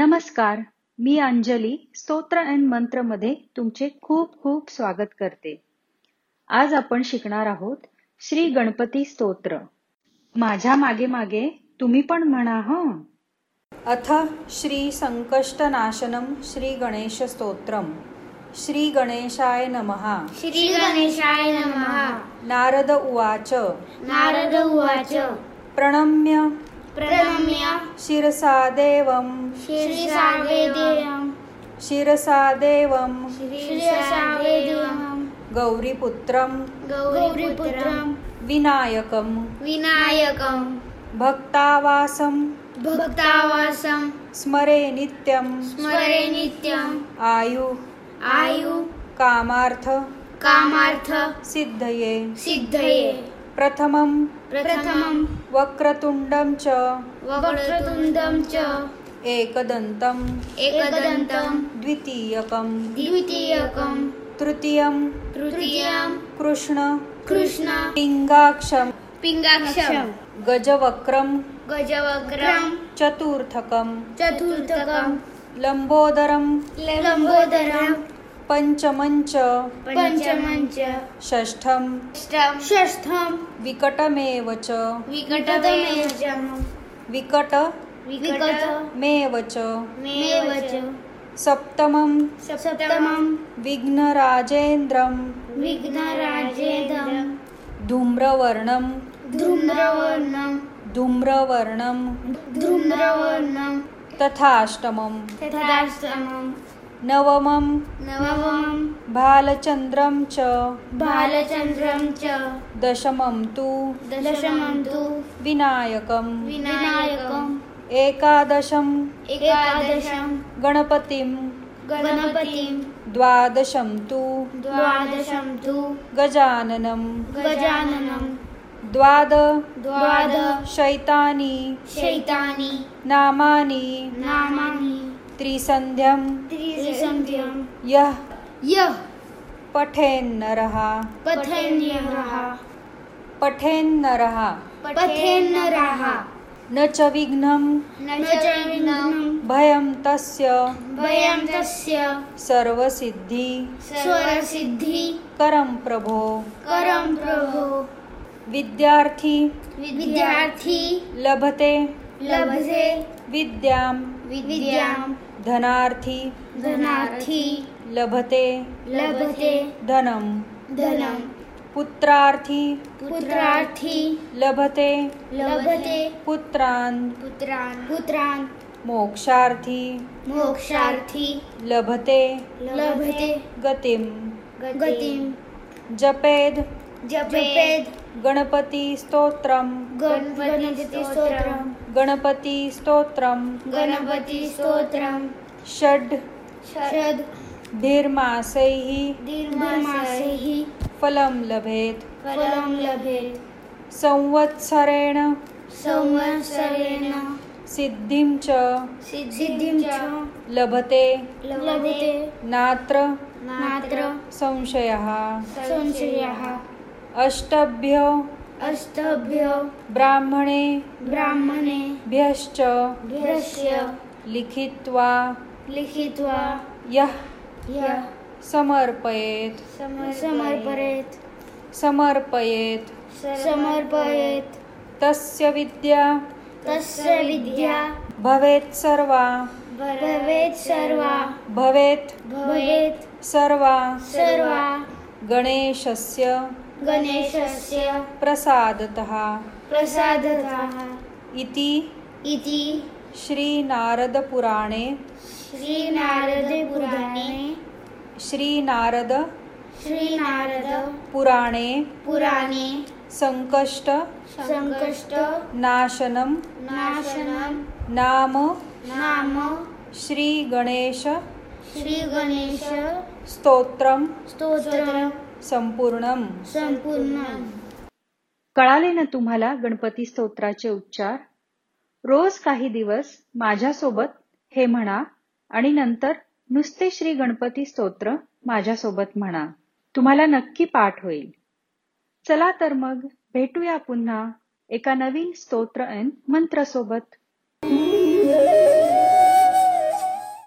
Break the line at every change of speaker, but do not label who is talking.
नमस्कार मी अंजली स्तोत्र अँड मंत्र मध्ये तुमचे खूप खूप स्वागत करते आज आपण शिकणार आहोत श्री गणपती स्तोत्र माझ्या मागे मागे तुम्ही पण म्हणा ह
अथ श्रीसङ्कष्टनाशनं श्रीगणेशस्तोत्रम् श्रीगणेशाय नमः
श्री गणेशाय नमः
नारद उवाच
नारद उवाच
प्रणम्य
प्रणम्य
शिरसा देवं
शीर्षावेदेयं
शिरसा देवं
शीर्षावेदेयं
गौरीपुत्रं
गौरीपुत्रं
विनायकं
विनायकं
भक्तावासं
भक्तावासं
स्मरे नित्यं
स्मरे नित्यम्
आयु
आयु
कामार्थ
कामार्थ
सिद्धये
सिद्धये
प्रथमं
प्रथमं
वक्रतुण्डं च
वक्रतुण्डं च
एकदन्तं
एकदन्तं
द्वितीयकं
द्वितीयकं
तृतीयं
तृतीयं
कृष्ण
कृष्ण
पिङ्गाक्षं
पिङ्गाक्षं
गजवक्रं
गजवक्रं
चतुर्थकं
चतुर्थकं
लम्बोदरं
लम्बोदरं
पञ्चमं च
पञ्चमं च
षष्ठं
अष्टं षष्ठं
विकटमेव च
विकटमेव च
विकटमेव च
विकटमेव च
सप्तमं
सप्तमं
विघ्नराजेन्द्रं
विघ्नराजेदं
धूम्रवर्णं
धूम्रवर्णं
धूम्रवर्णं
धूम्रवर्णं
तथाष्टमं
तथाष्टमं
नवमं
नवमं
भालचन्द्रं च
बालचन्द्रं च
दशमं तु
दशमं तु
विनायकं
विनायकं
एकादशं
एकादशं
गणपतिं
गणपतिं
द्वादशं तु
द्वादशं तु
गजाननं
गजाननं
द्वाद
द्वाद
शैतानि
शैतानि
नामानि
नामानि
त्रिसन्ध्यं
त्रिसन्ध्यं
यः
यः
पठेन्नरः
पथेन्नरः
पठेन्नरः
पथेन्नरः
न च विघ्नं
न च विघ्नं
भयं तस्य
भयं तस्य
सर्वसिद्धिकरं
स्वरसिद्धि
प्रभो
करं प्रभो
विद्यार्थी
विद्यार्थी
लभते
लभते
विद्यां
विद्यां
धनार्थी
धनार्थी
लभते
लभते
धनं
धनं
पुत्रार्थी
पुत्रार्थी
लभते
लभते
पुत्रान्
पुत्रान् पुत्रान्
मोक्षार्थी
मोक्षार्थी
लभते
लभते
गतिं
गतिं
जपेद्
जपेत्
गणपतिस्तोत्रं
गणपतिस्तोत्रं
गणपतिस्तोत्रं
गणपतिस्तोत्रं
षड्
शरद्
धीर्मासैः
दीर्घमासैः
फलं लभेत्
फलं लभेत्
संवत्सरेण
संवत्सरेण
सिद्धिं च
सिद्धिं च
लभते
लभते
नात्र
नात्र
संशयः
संशयः
अष्टभ्य
अष्टभ्य
ब्राह्मणेभ्यश्च
ब्राह्मणे भ्यस्य
लिखित्वा
लिखित्वा
यः
यः
समर्पयेत्
समर्पयेत्
समर्पयेत्
समर्पयेत्
तस्य विद्या
तस्य विद्या
भवेत् सर्वा
भवेत् सर्वा
भवेत्
भवेत्
सर्वा
सर्वा
गणेशस्य
गणेशस्य
प्रसादतः
प्रसादतः
इति
इति
श्रीनारदपुराणे
श्रीनारदपुराणे
श्रीनारदपुराणे
श्रीनारदपुराणे
सङ्कष्टनाशनं
सङ्कष्टनाशनं
नाम
नाम
श्रीगणेशस्तोत्रं
श्रीगणेशस्तोत्रं
सम्पूर्णम्
सम्पूर्णम्
कळाले ना तुम्हाला गणपती स्तोत्राचे उच्चार रोज काही दिवस माझ्यासोबत हे म्हणा आणि नंतर नुसते श्री गणपती स्तोत्र माझ्यासोबत म्हणा तुम्हाला नक्की पाठ होईल चला तर मग भेटूया पुन्हा एका नवीन स्तोत्र अन मंत्रासोबत